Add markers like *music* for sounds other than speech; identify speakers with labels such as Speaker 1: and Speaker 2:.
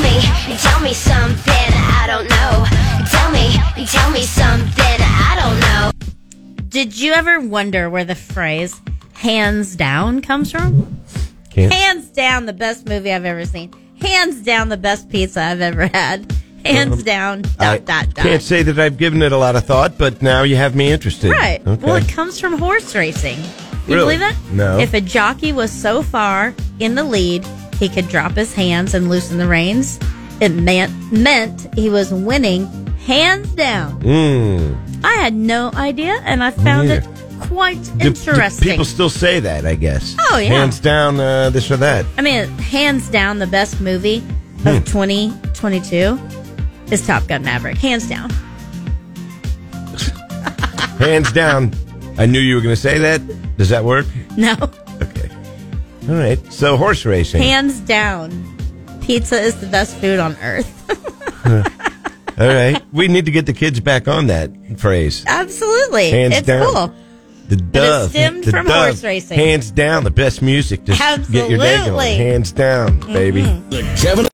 Speaker 1: me, tell me something I don't know. Tell me, tell me something I don't know.
Speaker 2: Did you ever wonder where the phrase hands down comes from?
Speaker 3: Can't.
Speaker 2: Hands down, the best movie I've ever seen. Hands down, the best pizza I've ever had. Hands down, dot,
Speaker 3: Um, I
Speaker 2: dot, dot.
Speaker 3: Can't say that I've given it a lot of thought, but now you have me interested.
Speaker 2: Right.
Speaker 3: Okay.
Speaker 2: Well, it comes from horse racing. You
Speaker 3: Really?
Speaker 2: believe that?
Speaker 3: No.
Speaker 2: If a jockey was so far in the lead, he could drop his hands and loosen the reins. It meant meant he was winning hands down.
Speaker 3: Mm.
Speaker 2: I had no idea, and I found
Speaker 3: Yeah.
Speaker 2: it quite
Speaker 3: Do- do
Speaker 2: interesting.
Speaker 3: people still say that, I guess.
Speaker 2: Oh, yeah.
Speaker 3: Hands down, uh, this or that.
Speaker 2: I mean, hands down, the best movie
Speaker 3: Hmm.
Speaker 2: of 2022 is Top Gun Maverick. Hands down. *laughs*
Speaker 3: Hands down. I knew you were going to say that. Does that work?
Speaker 2: No,
Speaker 3: Okay. All right. So horse racing.
Speaker 2: hands down. Pizza is the best food on earth.
Speaker 3: All right. We need to get the kids back on that
Speaker 2: *laughs*
Speaker 3: phrase.
Speaker 2: Absolutely.
Speaker 3: Hands
Speaker 2: it's
Speaker 3: down.
Speaker 2: cool.
Speaker 3: The dove.
Speaker 2: stemmed
Speaker 3: the
Speaker 2: from
Speaker 3: dove.
Speaker 2: horse racing.
Speaker 3: Hands down, the best music to s- get your day going.
Speaker 2: Absolutely. Mm-hmm.
Speaker 3: Hands down, baby.
Speaker 4: The Kevin